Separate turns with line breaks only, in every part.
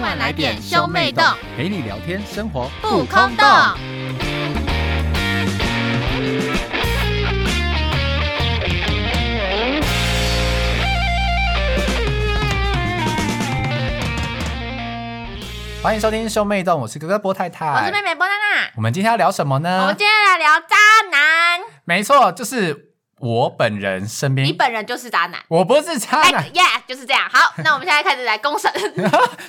快来点兄妹洞，
陪你聊天，生活
不空洞。
欢迎收听兄妹洞，我是哥哥波太太，
我是妹妹波娜娜，
我们今天要聊什么
我们
呢？
今天来聊渣男。
没错，就是我本人身
你
边，
本人就是渣男，
我不是渣
哎
男，
耶，就是这样。 好，那我们现在开始来公审。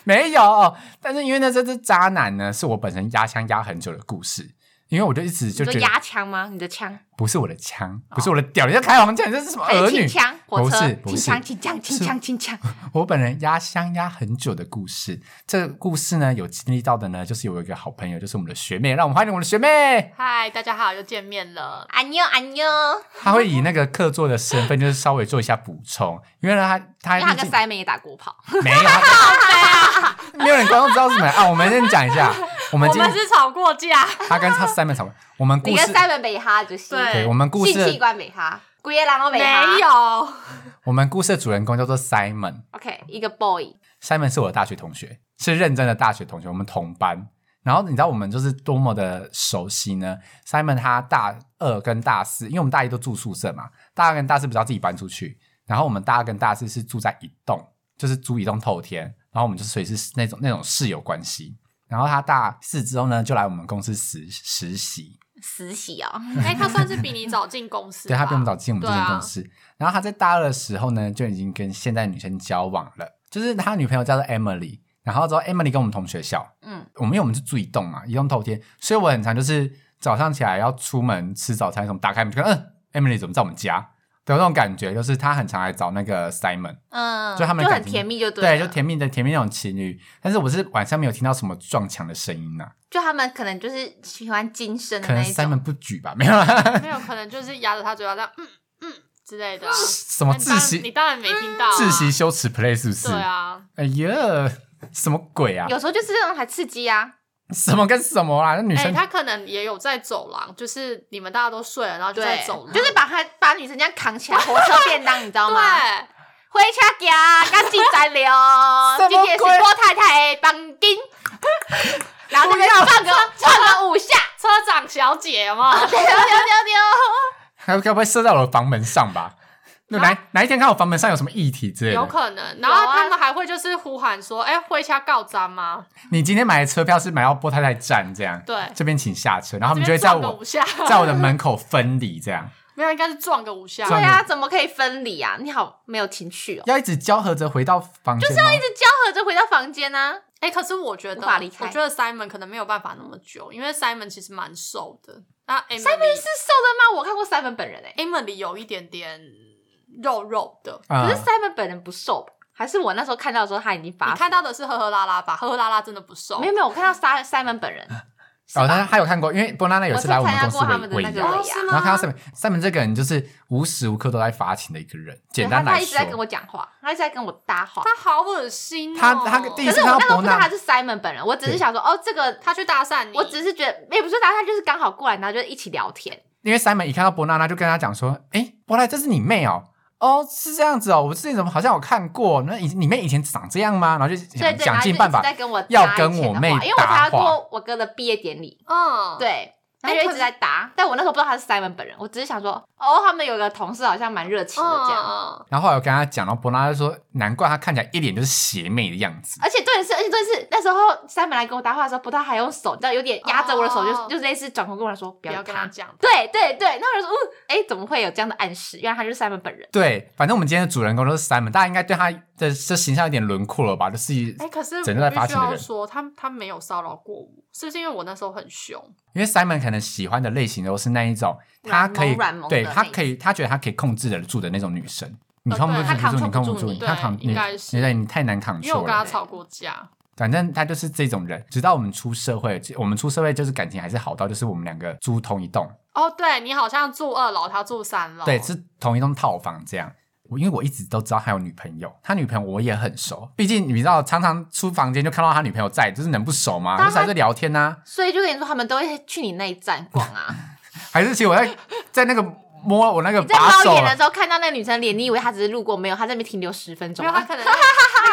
没有哦。但是因为呢，这只渣男呢，是我本身压枪压很久的故事，因为我就一直
你
就
说
觉得
压哦枪吗？你的枪
不是我的枪，不是我的屌，你在开黄腔，你这是什么
还
儿
是
女
清？枪？火车
不是？不
清
是
枪，清枪，清枪，清 枪。
我本人压箱压很久的故事，这个故事呢，有经历到的呢，就是有一个好朋友，就是我们的学妹，让我们欢迎我们的学妹。
嗨，大家好，又见面了。
安妞，安妞，
她会以那个客座的身份，就是稍微做一下补充，因为呢，她
因为他
她
跟 Simon 也打过炮。
没有，她没有人观众知道是什么啊。我们先讲一下，我们
我
今
们
天
是吵过架，
她跟她 Simon 吵过，我们
你
故
跟
事，
Simon 北哈就是，
对
对我们故
性器
事，
官北哈，鬼个人都
没
北哈。
有。
我们故事的主人公叫做 Simon。
OK，一个 boy，
Simon 是我的大学同学，是认真的大学同学，我们同班。然后你知道我们就是多么的熟悉呢？Simon 他大二跟大四，因为我们大一都住宿舍嘛，大二跟大四不知道自己搬出去，然后我们大二跟大四是住在一栋，就是租一栋透天，然后我们就所以是那种那种室友关系。然后他大四之后呢，就来我们公司实实习，
实习哦。
哎，他算是比你早进公司吧，
对他比我们早进我们这间
对啊
公司。然后他在大二的时候呢，就已经跟现在女生交往了，就是他女朋友叫做 Emily。然后之后 Emily 跟我们同学校，
嗯，
我们因为我们是住一栋嘛，一栋透天，所以我很常就是早上起来要出门吃早餐什么，打开门就看，嗯，Emily 怎么在我们家？的那种感觉，就是他很常来找那个 Simon，
嗯，
就他们的
就
感
很
情
甜蜜，就对啊
对，
了，
就甜蜜的甜蜜那种情侣。但是我是晚上没有听到什么撞墙的声音呐、啊
就他们可能就是喜欢今生的
可
嗯那
能
一种
Simon，不举吧，没有啊 啦，
没有可能就是压着他嘴巴这样，嗯嗯之类的啊。
什么
那你当
自
然
习
你当然没听到啊
自习。羞耻 play 是不是？
对啊，
哎呀，什么鬼啊？
有时候就是这种还刺激啊。
什么跟什么啊啦？那女
哎，
生、，
他可能也有在走廊，就是你们大家都睡了，然后就在
对
走，廊，
就是把他把女生这样扛起来，火车便当，你知道
对
吗？回家家，赶紧再聊
什么
今天是
鬼
郭太太的绑 定，然后就唱个唱个五 下，
车长小姐嘛，
丢丢丢丢，
还该不会射在我的房门上吧？那哪哪一天看我房门上有什么议题之类
有
的？
可能。然
啊
后他们还会就是呼喊说：“哎，回家告章吗
你今天买的车票是买到波太太站这样？”，
对，
这边请下车，然后他们就
这
会
边
在
撞个
我
五下，
在我的门口分离，这样
没有，应该是撞个五下。
撞
对啊，怎么可以分离啊？你好没有情趣哦，
要一直交合着回到房间吗，就是要一直
是交合着回到房间啊。
哎、可是我觉得，
无法离开
我觉得 Simon 可能没有办法那么久，因为 Simon 其实蛮瘦的。那
Simon
Emily
是瘦的吗？我看过 Simon 本人哎、
Emily 有一点点肉肉的。
啊
可是 Simon 本人不瘦吧？还是我那时候看到的时候他已经发
你看到的是呵呵啦啦吧？呵呵啦啦真的不瘦，
没有没有，我看到 Simon Simon 本人，
哦，他他有看过，因为波娜娜有次来我们公司
我是参加过他们的
尾尾
那个啊
牙，
尾
哦
牙
是
然后
吗？
看到 Simon Simon 这个人就是无时无刻都在发情的一个人。简单
对他
来
他一直在跟
说，
我讲话，他一直在跟我搭话。
他好恶心哦！
他他第一
可
次
是
看
我
到
那时候
波
不知道
娜
他是 Simon 本人，我只是想说，哦，这个
他去搭讪你，
我只是觉得，也不是搭，他就是刚好过来，然后就一起聊天。
因为 Simon 一看到波娜娜就跟他讲说：“哎、波娜，这是你妹哦。”哦，是这样子哦，我之前怎么好像有看过？那以你妹以前长这样吗？然后就
对
想
对，然
想
后就
尽
一
办
直
法
在跟我搭
要跟我妹
以前的话因为我
搭
参加
话
过我哥的毕业典礼，
嗯，，
对，他
哎
就一
可
直
是
在搭，但我那时候不知道他是 Simon 本人，我只是想说，哦，他们有个同事好像蛮热情的这样。
嗯，
然后后来我跟他讲，然后伯拉就说：“难怪他看起来一脸就是邪魅的样子。
而且对是，而且对是那时候 Simon 来跟我搭话的时候，不到还用手，但有点压着我的手，
哦
就就类似转头跟我说不
不
要
要
理
跟他
他。
讲，
对对对，那我就说，嗯，哎，怎么会有这样的暗示？原来他就是 Simon 本人”。
对，反正我们今天的主人公就是 Simon，大家应该对他的这形象有点轮廓了吧？就是一
哎、可是我
整天在发
必须
情的
要
人，
说，他他没有骚扰过我，是不是因为我那时候很凶？
因为 Simon 可能喜欢的类型都是那一种，他
软
可以
萌软萌的
对
那一
他
种
可以，他觉得他可以控制得住的那种女生。你
呃
控
对他
制不住，
扛
你控
不
不
住
住，
你
他扛
对
你
应该，是
你对你太难扛
因为我
住
跟他
了。
吵过架，
反正他就是这种人，直到我们出社会，我们出社会就是感情还是好到，就是我们两个租同一栋，
哦，对你好像住二楼，他住三
哦
楼。
对，是同一栋套房这样。我因为我一直都知道他有女朋友，他女朋友我也很熟，毕竟你知道，常常出房间就看到他女朋友在，就是能不熟吗？
当
就
然
是还是聊天啊呐、
所以就跟你说，他们都会去你那一站逛啊。
还是其实 我在在那个摸我那个
你在
把手
猫
啊
眼的时候看到那个女生脸，你以为她只是路过，没有，她在那边停留十分钟
没有，他
啊。
可能那个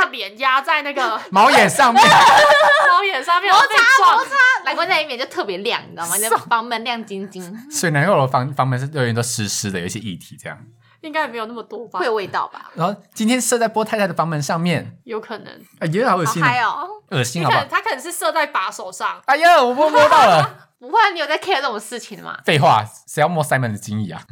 那个脸压在 那个
猫眼上面，
猫眼上面，然后被撞。
蓝光那一面就特别亮，你知道 吗？就房门亮晶晶，
所以南柚楼房房门是有点都湿湿的，有一些液体这样。
应该也没有那么多吧
会？有味道吧？
然后今天射在波太太的房门上面，
有可能，
哎呦，好恶
好
心，
嗨哦！
恶
你
心好
可
不
能
好？
他可能是射在把手上，
哎呀，我摸摸到了。
不会，你有在 care 这种事情吗？
废话，谁要摸 Simon 的精液啊？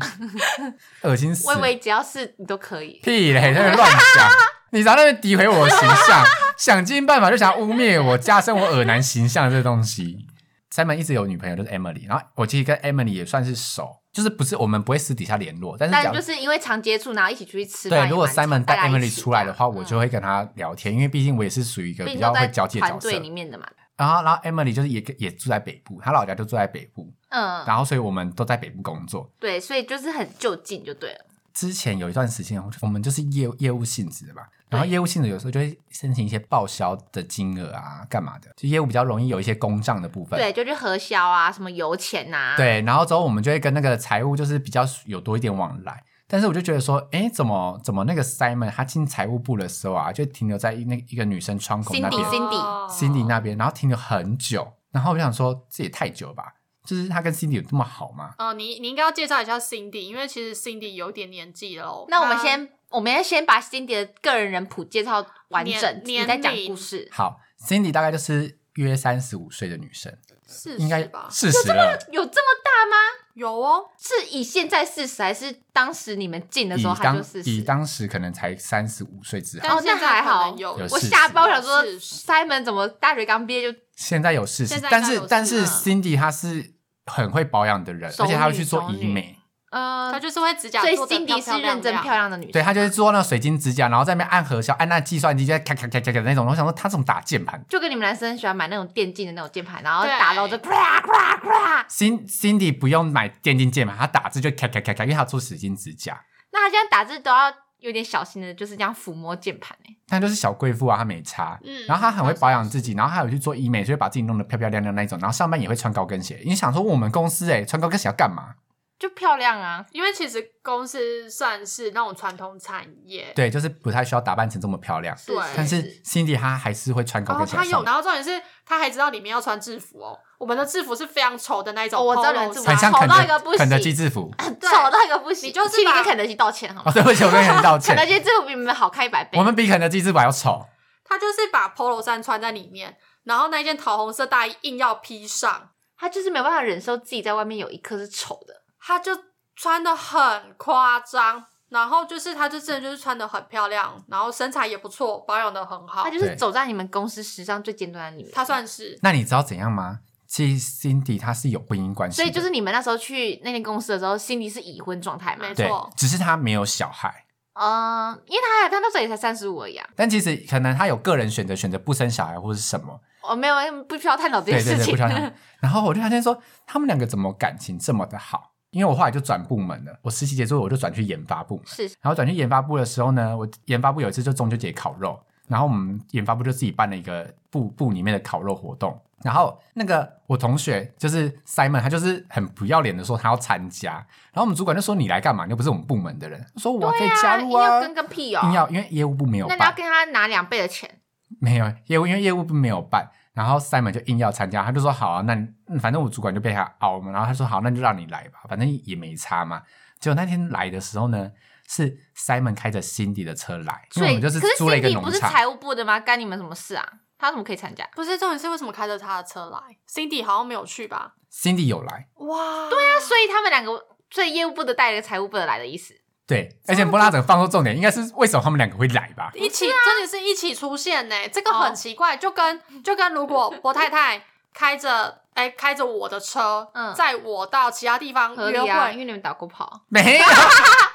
恶心死
我！以为只要是你都可以。
屁嘞，在那边乱 讲，你在那边诋毁我的形象，想尽办法就想要污蔑我，加深我恶男形象的这东西。Simon 一直有女朋友，就是 Emily，然后我其实跟 Emily 也算是熟，就是不是我们不会私底下联络，但是
但
讲
是就是因为常接触，然后一起出去吃饭也蛮常。
对，如果 Simon 带
大家一
Emily
起
出来的话，我
嗯
就会跟他聊天，因为毕竟我也是属于一个
毕
比
竟
较
都在
会交际的角
团
色
队。里面的嘛。
然后，然后 Emily 就是也也住在北部，她老家就住在北部，
嗯，
然后所以我们都在北部工作。
对，所以就是很就近就对了。
之前有一段时间，我们就是业务业务性质的嘛，然后
对
业务性质有时候就会申请一些报销的金额啊，干嘛的，就业务比较容易有一些公账的部分。
对，就去核销啊，什么油钱呐、啊。，
对，然后之后我们就会跟那个财务就是比较有多一点往来。但是我就觉得说，哎，怎么怎么那个 Simon 他进财务部的时候啊，就停留在那一个女生窗口那边
Cindy，Cindy
哦
Cindy 那边，然后停留很久。然后我就想说，这也太久了吧？就是他跟 Cindy 有这么好吗？
哦，你你应该要介绍一下 Cindy，因为其实 Cindy 有点年纪喽。
那我们
她
先，我们要先把 Cindy 的个人人谱介绍完整，
年
你再讲
年龄
故事。
好，Cindy 大概就是约三十五岁的女生，
四
应该
十吧？
四十了。
有这么大吗？
有哦，
是以现在四十，还是当时你们进的
以
时候他就
当
四
以
十？
当时可能才三十五岁之后，
但
哦
现
那还
在可能
好
有
有
我
40
吓爆，想说
是
Simon 怎么大学刚毕业就
现在有四十
现在，应该
但是
有
但是
四
Cindy 她是很会保养的人，
熟
而且她会
女
去做
熟
医
女
美。
她
呃，
就是会指甲
所以
做得
Cindy
漂
是认真
亮
漂亮的女生，
对他就是做那个水晶指甲，然后在那边按核销，按那计算机，就在咔咔咔咔咔那种。我想说他怎么打键盘
就跟你们男生喜欢买那种电竞的那种键盘，然后
对
打到就啪啪啪。
？Cin-？Cindy 不用买电竞键盘，他打字就咔咔咔咔，因为他做水晶指甲。
那他现在打字都要有点小心的，就是这样抚摸键盘哎、
但就是小贵妇啊，她没差。
嗯
然后她很会保养自己，然后还有去做医美，所以把自己弄得漂漂亮亮那一种。然后上班也会穿高跟鞋。你想说我们公司哎、穿高跟鞋要干嘛？
就漂亮啊。
因为其实公司算是那种传统产业，
对，就是不太需要打扮成这么漂亮。
是
对
但是 Cindy 她还是会穿高
哦
然后
跟鞋
他
上
有，
班，
然后重点是他还知道里面要穿制服哦。我们的制服是非常丑的那一种 polo
哦我知
衫，
道你们制服
很像
丑
肯
到一个不
德
行
肯德基制服。
对
丑到一个不行，
你就是
去你
把
跟肯德基道歉好
哦，
吗？
对不起，我跟你道
肯
歉
德。基这个比你们好开一百倍。
我们比肯德基制服还要丑。
他就是把 polo 衫穿在里面，然后那件桃红色大衣硬要披上，
他就是没有办法忍受自己在外面有一颗是丑的，
他就穿的很夸张。然后就是，他就真的就是穿的很漂亮，然后身材也不错，保养的很好
他。就
对
是走在你们公司时尚最尖端的你们。
他，算是
那你知道怎样吗？其实 Cindy 她是有婚姻关系
所
的，
以就是你们那时候去那间公司的时候，心里是已婚状态嘛？
没错
对，只是她没有小孩。
嗯，因为他他那时候也才三十五而已啊。
但其实可能她有个人选择，选择不生小孩或是什么，
我没有不需要探讨这
对
件事
对对，
情
不。想想。然后我就发现说，他们两个怎么感情这么的好？因为我后来就转部门了，我实习结束我就转去研发部，
是
然后转去研发部的时候呢，我研发部有一次就中秋节烤肉，然后我们研发部就自己办了一个部部里面的烤肉活动。然后那个我同学就是 Simon，他就是很不要脸的说他要参加，然后我们主管就说你来干嘛？你又不是我们部门的人，我说我可以
对
加
啊，
入
硬
啊
要，跟个屁哦！
硬要因为业务部没有
那你要
办，
跟他拿两倍的钱，
没有业务因为业务部没有办，然后 Simon 就硬要参加，他就说好啊，那你嗯反正我主管就被他熬嘛，然后他说好，那就让你来吧，反正也没差嘛。结果那天来的时候呢，是 Simon 开着 Cindy 的车来，因
所
为我
以
们嗯就是
可是
租了一个
Cindy
农
不是
场。
财务部的吗？干你们什么事啊？他怎么可以参加？
不是重点是为什么开着他的车来？Cindy 好像没有去吧？
Cindy 有来，
哇，对啊，
所以他们两个，所以业务部的带了财务部的来的意思。
对，而且波拉整放出重点，应该是为什么他们两个会来 吧？
一起，真的是一起出现呢、这个很
啊哦
奇怪，就跟就跟如果博太太开着哎、开着我的车，
嗯
载我到其他地方
合
约
理
会，
啊，因为你们打过炮。
没有，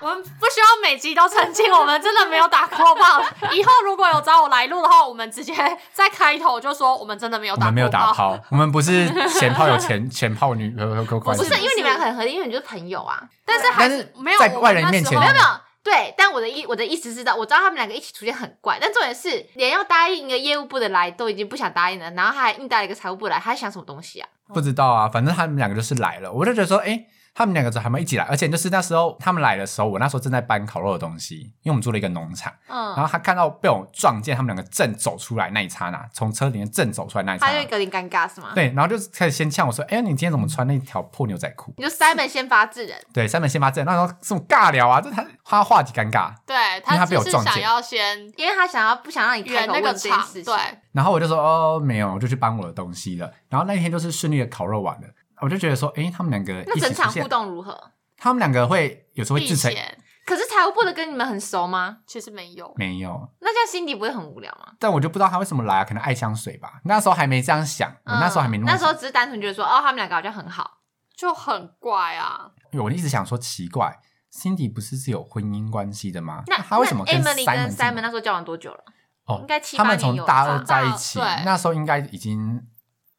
我们不需要每集都澄清，我们真的没有打过炮。 以后如果有找我来录的话，我们直接在开头就说我们真的没有
我
打过
们没有打
炮。
炮，我们不是前炮有前前炮女呃有有关
不
系
是，因为你们两个很合理，因为你们就是朋友啊。
但是还
但是
没有
在
我们
外人
那
面
时
前
候
没有没有，对。但我的意我的意思是，道，哦我知道他们两个一起出现很怪，但重点是，连要答应一个业务部的来都已经不想答应了，然后他还硬带了一个财务部来，他在想什么东西啊？
不知道啊，反正他们两个就是来了，我就觉得说，哎、他们两个就还没一起来，而且就是那时候他们来的时候，我那时候正在搬烤肉的东西，因为我们住了一个农场，然
嗯，
后他看到被我撞见他们两个正走出来那一刹那，从车里面正走出来那一刹
他就
那，
有嗯点尴尬是吗？
对，然后就开始先呛我说：“哎、你今天怎么穿那条破牛仔裤
你就 Simon 先发制人，？”
对，三本先发制人，那时候这种尬聊啊，这他他话题尴尬，
对
因为他
他
被
只
我
是
撞见
想要先
因为他想要不想让你开
圆
口
那
问
个
这件
场，
事情。
对，
然后我就说哦，没有，我就去搬我的东西了。然后那天就是顺利的烤肉完了，我就觉得说，诶，他们两个
那
一
整
起出
场互
现，
动如何？
他们两个会有时候会
避
自成
嫌
可是财务部的跟你们很熟吗？
其实没有，
没有，
那这样心底不会很无聊吗？
但我就不知道他为什么来啊，可能爱香水吧。那时候还没这样想，我哦那时候还没那
嗯
么、
那时候，只是单纯觉得说，哦，他们两个好像很好。
就很怪啊。
因为我一直想说奇怪。辛迪不是是有婚姻关系的吗？
那
他为什么
那
跟
Emily 跟
Simon 这
Simon
么
那时候交往多久了？
哦
应该七
他
八
们
年
从
有
大二
吧？
在一起，
大对
那时候应该已经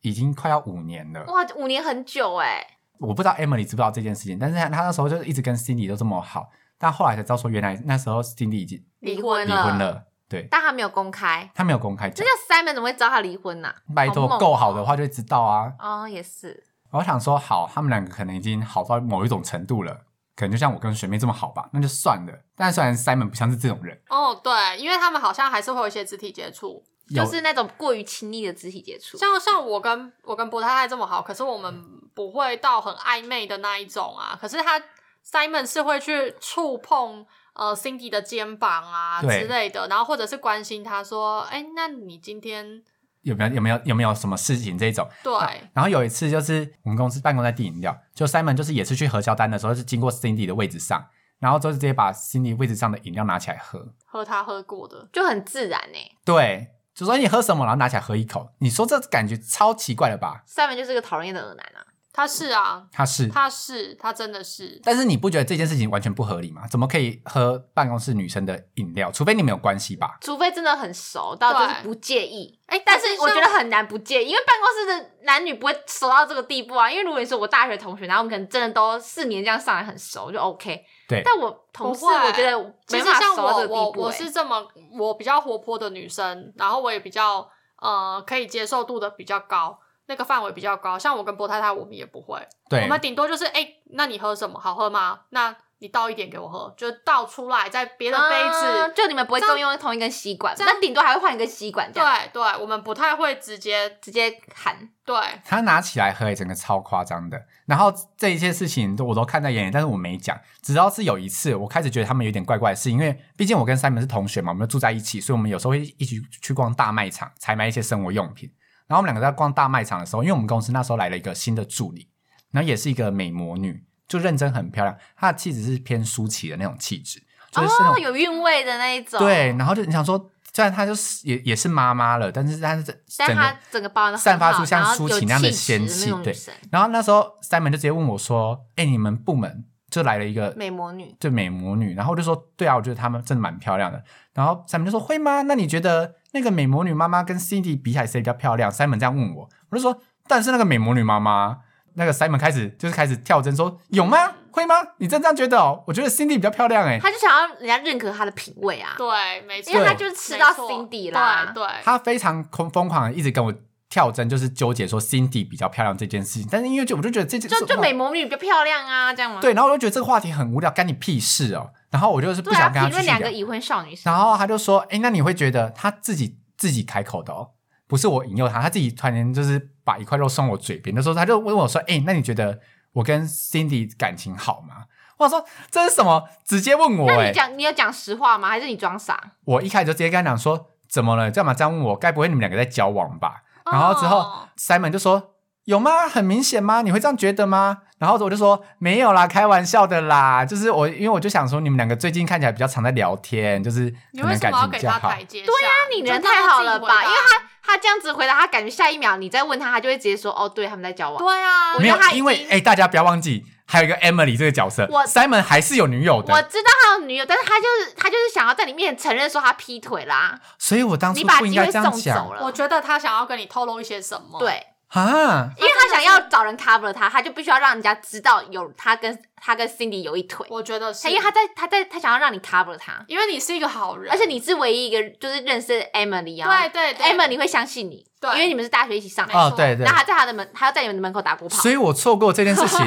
已经快要五年了。
哇，五年很久哎、
我不知道 Emily 知不知道这件事情，但是她她那时候就是一直跟 Cindy 都这么好，但后来才知道说原来那时候 Cindy 已经
离
婚
婚
离
了
婚了，对
但他没有公开。
她没有公开
这
讲
叫，Simon 怎么会找他离婚呐、
拜托
好猛哦
够好的话就会知道啊。
哦，也是，
我想说好，他们两个可能已经好到某一种程度了，可能就像我跟学妹这么好吧，那就算了。但虽然 Simon 不像是这种人，
哦，对，因为他们好像还是会有一些肢体接触，
有、
就是那种过于亲密的肢体接触。
像像我跟我跟博太太这么好，可是我们不会到很暧昧的那一种啊。可是他 Simon 是会去触碰呃 Cindy 的肩膀啊
对
之类的，然后或者是关心他说，哎、那你今天
有没有有没有有没有什么事情这种？
对、
啊然后有一次就是我们公司办公在递饮料，就 Simon 就是也是去核销单的时候，是经过 Cindy 的位置上，然后就直接把 Cindy 位置上的饮料拿起来喝。
喝他喝过的，
就很自然欸呢、
对，就说你喝什么，然后拿起来喝一口，你说这感觉超奇怪的吧？
Simon 就是个讨人厌的恶男啊！
他是啊，
他是，
他是他真的是，
但是你不觉得这件事情完全不合理吗？怎么可以喝办公室女生的饮料？除非你们有关系吧？
除非真的很熟到就是不介意，
哎、
但是我觉得
像
很难不介意，因为办公室的男女不会熟到这个地步啊。因为如果你说我大学同学，然后我们可能真的都四年这样上来很熟，就 OK。
对
但我同事
不会
我觉得
其
没
实
办法
像
熟到
我
这个
我
地步、
我
哎
是这么我比较活泼的女生，然后我也比较呃可以接受度的比较高，那个范围比较高。像我跟波太太，我们也不会，我
对，
们顶多就是哎、诶那你喝什么？好喝吗？那你倒一点给我喝，就倒出来在别的杯子。
啊就你们不会
这样
共用同一根吸管，
这样
那顶多还会换一个吸管这样
对对，我们不太会直接
直接喊。
对
他拿起来喝，整个超夸张的。然后这一些事情都我都看在眼里，但是我没讲。直到是有一次，我开始觉得他们有点怪怪的事，因为毕竟我跟 Simon 是同学嘛，我们就住在一起，所以我们有时候会一起去逛大卖场，采买一些生活用品。然后我们两个在逛大卖场的时候，因为我们公司那时候来了一个新的助理，然后也是一个美魔女，就认真很漂亮，她的气质是偏舒淇的那种气质，就是是那
哦，
种、
有韵味的那一种。
对。，然后就你想说，虽然她就是也也是妈妈了，但是她是整
但
个
他整个包的
散发出像舒淇那样的仙气对然后那时候 Simon 就直接问我说：“哎、你们部门就来了一个
美魔女，
对美魔女。”然后我就说：“对啊，我觉得她们真的蛮漂亮的。”然后 Simon 就说：“会吗？那你觉得那个美魔女妈妈跟 Cindy 比起来谁比较漂亮？”Simon 这样问我，我就说：“但是那个美魔女妈妈。”那个 Simon 开始就是开始跳针说：“有吗？会吗？你真这样觉得哦？我觉得 Cindy 比较漂亮哎、
他就想要人家认可他的品味啊，
对，没错，
因为他就是吃到
没错
Cindy 啦。
对对，
他非常疯疯狂，一直跟我跳针，就是纠结说 Cindy 比较漂亮这件事情。但是因为就我就觉得这件
就就美魔女比较漂亮啊，这样吗？
对，然后我就觉得这个话题很无聊，干你屁事哦。然后我就是不
对啊，
想跟他
评
继
论
续聊
两。个已婚少女是
然后他就说：“哎，那你会觉得他自己自己开口的哦，不是我引诱他，他自己突然间就是把一块肉送我嘴边的时候，他就问我说：‘哎，那你觉得我跟 Cindy 感情好吗？’我想说这是什么？直接问我
那
哎
你！讲你有讲实话吗？还是你装傻？
我一开始就直接跟他讲说：‘怎么了？你干嘛这样问我？该不会你们两个在交往吧？’然后之后、
哦
Simon 就说：“有吗？很明显吗？你会这样觉得吗？”然后我就说：“没有啦，开玩笑的啦。就是我，因为我就想说，你们两个最近看起来比较常在聊天，就是
你
可
为
能
什
感
么要
情
给
比较
他
好。
台阶下？对啊
你人太好了吧？因为他他这样子回答，他感觉下一秒你再问他，他就会直接说哦，对，他们在交往。
对啊，
我
没
觉
有
得他已，经
因为哎，大家不要忘记，还有一个 Emily 这个角色
我
，Simon 还是有女友
我
的，
知道他有女友，但是他就是他就是想要在你面前承认说他劈腿啦，
所以我当初
你把
不应
机
该
会
这样
送
讲
走了。
我觉得他想要跟你透露一些什么。
对，
啊。
因为他想要找人 cover 他，他就必须要让人家知道有他跟他跟 Cindy 有一腿，
我觉得是，
哎因为他在他在他想要让你 cover 他，
因为你是一个好人，
而且你是唯一一个就是认识 Emily 啊，
对对对
Emily 会相信你，
对
因为你们是大学一起上
没
来，
错
哦，对对
然，后他在他的门，他要在你们的门口打鼓炮
所，以我错过这件事情，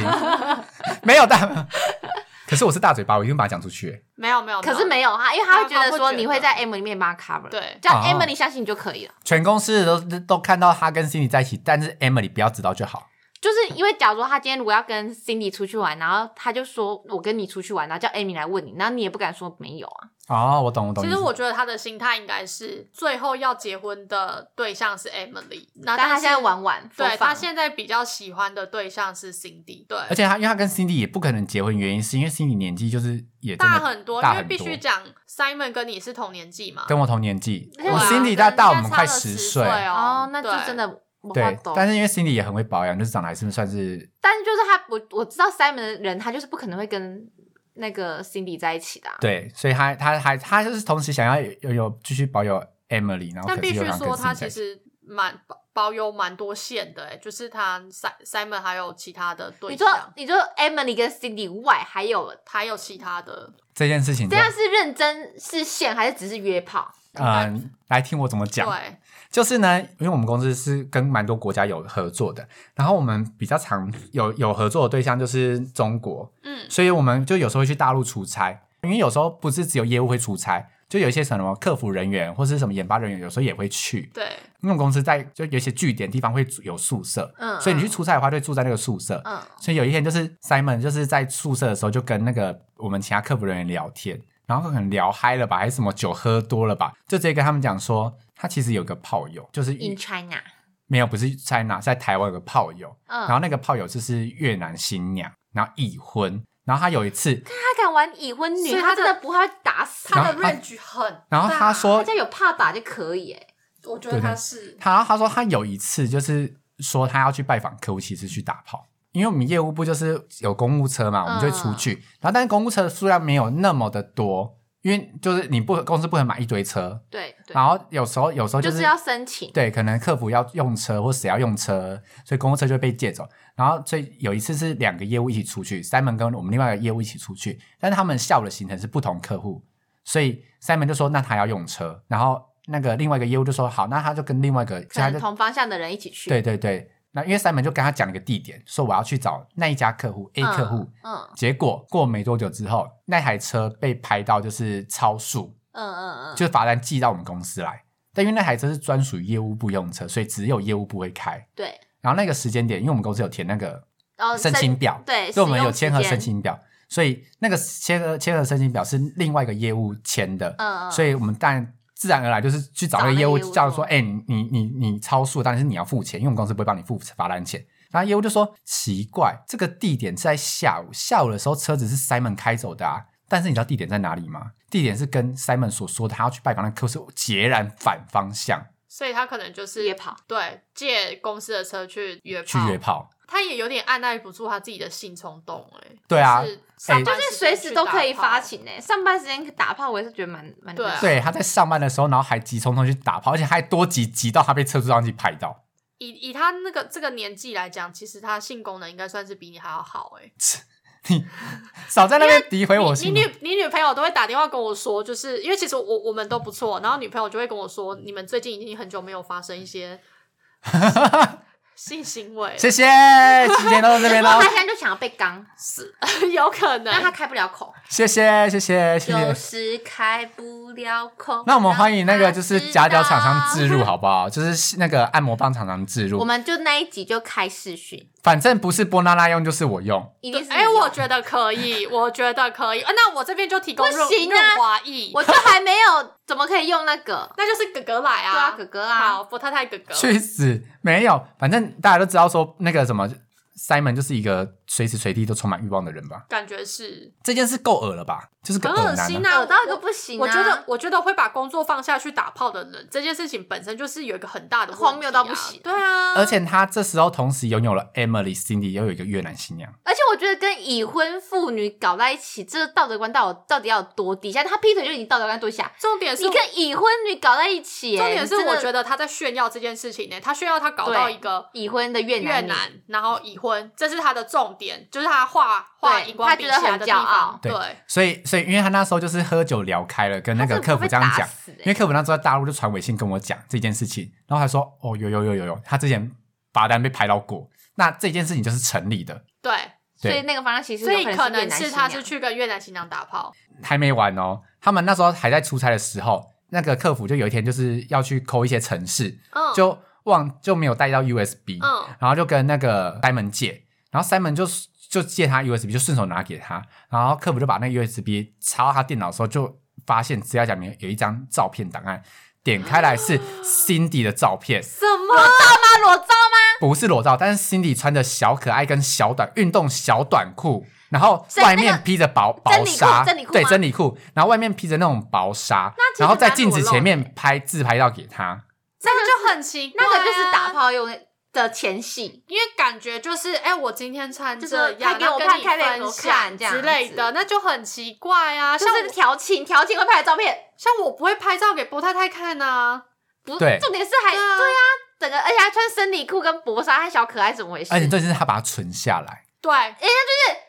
没有大， 可是我是大嘴巴，我一定把它讲出去。
没有没有，
可是没有哈，因为他会觉
哦他
得
会
说
觉
你
得
会在 M 里面帮他 cover，
对
叫
哦
M 你相信就可以了。
全公司都都看到他跟 Cindy 在一起，但是 Emily 不要知道就好。
就是因为假如他今天如果要跟 Cindy 出去玩，然后他就说我跟你出去玩，然后叫 Amy 来问你，然后你也不敢说没有啊。
哦，我懂，我懂
其
意思。
实我觉得他的心态应该是最后要结婚的对象是 Emily，那
但他
是
现在玩玩，
对
for
他
fun
现在比较喜欢的对象是 Cindy，对，
而且他因为他跟 Cindy 也不可能结婚，原因是因为 Cindy 年纪就是也真
大
的
很多，
大
因为
很
必须讲 Simon 跟你是同年纪嘛，
跟我同年纪，
对啊
我 Cindy
他
大大我们快
十
岁。
哦
哦，，
那就
对
真。的我话
对
懂，。
但是因为 Cindy 也很会保养，就是长得还是算是
但是就是他，我我知道 Simon 的人，他就是不可能会跟那个 Cindy 在一起的、啊。
嗯
对，所以他他还他就是同时想要有有有继续保有 Emily，然后
但
可
必
是又
须
想跟
说，他
Cindy
其
在一起。
实蛮保保有蛮多线的、欸，就是他 Si- Simon 还有其他的对
你说
象，
你说 Emily 跟 Cindy 外还有，
还有其他的，
这件事情
这
就，
样是认真是线还是只是约炮？
嗯，来听我怎么讲。
对，
就是呢，因为我们公司是跟蛮多国家有合作的，然后我们比较常有有合作的对象就是中国，
嗯，
所以我们就有时候会去大陆出差，因为有时候不是只有业务会出差，就有一些什么客服人员或是什么研发人员，有时候也会去。
对，
因为我们公司在就有一些据点地方会有宿舍，
嗯
所以你去出差的话，就会住在那个宿舍。
嗯，
所以有一天就是 Simon 就是在宿舍的时候，就跟那个我们其他客服人员聊天，然后可能聊嗨了吧，还是什么酒喝多了吧，就直接跟他们讲说，他其实有个炮友，就是
In China，
没有不是 China，是在台湾有个炮友，然
嗯，
后那个炮友就是越南新娘，然后已婚，然后他有一次，
他敢玩已婚女，
所以
他
他
真的不怕被打死。
然
他
后
的
他
range 很大，
然后他说
他家有怕打就可以、欸，
我觉得他是，
他他说他有一次就是说他要去拜访客户，其实去打炮，因为我们业务部就是有公务车嘛，我们就会出去，然后但是公务车的数量没有那么的多，因为就是你不公司不能买一堆车，
对对，
然后有时候有时候
就
就是
要申请。
对，可能客服要用车或谁要用车，所以公务车就会被借走。然后所以有一次是两个业务一起出去，Simon 跟我们另外一个业务一起出去，但是他们下午的行程是不同客户，所以 Simon 就说那他要用车，然后那个另外一个业务就说好，那他就跟另外一个
可
他
能
就
同方向的人一起去。
对对对，那因为 Simon 就跟他讲了一个地点，说我要去找那一家客户 A
嗯
客户，
嗯
结果过没多久之后，那台车被拍到就是超速，
嗯嗯嗯，
就是罚单寄到我们公司来。但因为那台车是专属于业务部用车，所以只有业务部会开。
对，
然后那个时间点，因为我们公司有填那个
然后
申请表，
对，
所以我们
哦呃使
有
用
签合
时间
申，请表，所以那个签合签合申请表是另外一个业务签的，
嗯嗯，
所以我们当然自然而然就是去找那个业务，叫说，哎、你你你你超速，但是你要付钱，因为我们公司不会帮你付罚单钱。然后业务就说奇怪，这个地点是在下午，下午的时候车子是 Simon 开走的啊，但是你知道地点在哪里吗？地点是跟 Simon 所说的他要去拜访的客户是截然反方向
所以他可能就是
约炮，
对，借公司的车去约
去约炮，
他也有点按耐不住他自己的性冲动、欸，哎，
对啊
就是上班
就是
时间
随时
去
都
打
可以
炮
发，情诶、上班时间打炮，我也是觉得蛮蛮
对啊
对，他在上班的时候，然后还急匆匆去打炮，而且还多急急到他被车主让机拍到，
以以他那个这个年纪来讲，其实他性功能应该算是比你还要好、欸，哎。
少在那边诋哎毁我
你
性
你女你女朋友都会打电话跟我说，就是因为其实我我们都不错，然后女朋友就会跟我说，你们最近已经很久没有发生 一些性行为了，
谢谢，今天到这边
然后
喽
他，现在就想要被刚，
有可
但他
能。
开不了口，
谢谢谢谢谢
有
谢。
时开不了口。
那我们欢迎那个就是夹角厂商
自
置入，好不好？就是那个按摩棒厂商置
我
入，
们就那一集就开视讯，
反正不是波娜拉用就是我用。
一定
对
是哦
哎、我
得
觉得可以，我觉得可以。啊、那我这边就提供
不
润
行
润
啊
滑液，
我就还没有，怎么可以用那个？
那就是哥哥 来
对
啊，
啊，哥哥啊
好，，不太太哥哥。
去死！没有，反正大家都知道说那个什么 Simon 就是一个随时随地都充满欲望的人吧。
感觉是
这件事够恶了吧？就是个
很
恶
恶
男、
心
啊。
啊！
我到一个不行、啊，
我觉得，我觉得会把工作放下去打炮的人，这件事情本身就是有一个很大的问题啊
荒谬到不行
对啊，
而且他这时候同时拥有了 Emily、Cindy，又有一个越南新娘。
而且我觉得跟已婚妇女搞在一起，这个道德观到到底要有多低下？他劈腿就已经道德观多下，
重点是
你跟已婚女搞在一起、
重点是，我觉
得
得他在炫耀这件事情呢、他炫耀他搞到一个
已婚的越欸
越
南女，
南，然后已婚，这是他的重点，就是他画画
对
荧光笔起
他觉得
来
很
的地
骄傲
方。
对
对，
所以，所以，因为他那时候就是喝酒聊开了，跟那
他
个
真
客
的
服
会被
这样
打
讲，
死欸
因为客服那时候在大陆就传微信跟我讲这件事情，然后他说：“哦，有有有有有，他之前罚单被拍到过，那这件事情就是成立的。
对，
所以
对，
那个方向其实
所以
有
可
能
能
是
是
越南新
他是
娘
去跟越南新娘打炮，
还没完哦。他们那时候还在出差的时候，那个客服就有一天就是要去抠一些城市，
嗯，
就忘就没有带到 USB，、
嗯
然后就跟那个 Simon 借，然后 Simon 就就借他 USB，就顺手拿给他，然后客服就把那个 USB 插到他电脑的时候，就发现资料夹里面有一张照片档案，点开来是 Cindy 的照片，
什么裸照吗？裸照吗？
不是裸照，但是 Cindy 穿着小可爱跟小短运动小短裤，然后
所以那
外
个
面披着薄薄纱，
真理裤真理裤吗
对真理裤，然后外面披着那种薄纱
那，其实
然后在
蛮
镜子
裸露
前面
的
拍自拍照给他。
那个就很奇怪、啊
那个就是打，炮用的前戏，
因为感觉就是哎、我今天穿
就是
这样，
拍给我
然后跟
看
你
拍给我
分享
看这样
之类的，
子
那就很奇怪啊。
就
像
是
我
调情，调情会拍的照片，
像我不会拍照给波太太看啊，
不，
对
重点是还
对啊
对啊，整个而且还穿生理裤跟薄纱，还小可爱，怎么回事？
而且这是他把它存下来，
对，人家就是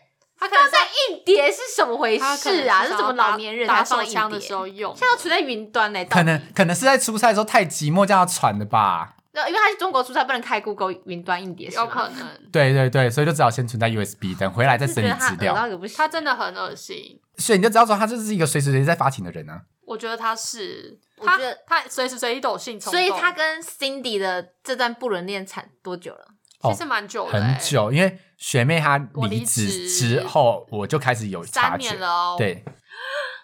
他可能在
硬碟是什么回
他可能
事啊？
是
这
想
怎么
要打
老年人
打
才
手
放硬
枪的
碟？
时候用
现？在都存在云端嘞、到
可
底
能可能是在出差的时候太寂寞，叫他传的吧。
对因为他是中国出差，不能开 Google 云端硬碟，是吗
有可能，
对对对，所以就只好先存在 USB，等回来再
就觉
整理
得他
资
恶到
料。
一个不行，
他真的很恶心。
所以你就知道说，他就是一个随时随地在发情的人啊。
我觉得他是，
我
他
觉得
他随时随地都有性冲
所
动，
以他跟 Cindy 的这段不伦恋产多久了？
哦
其实蛮久的、欸，
很，久，因为学妹她
我离
离职
职
之后，我就开始有察
三
觉
年。了哦。，
对，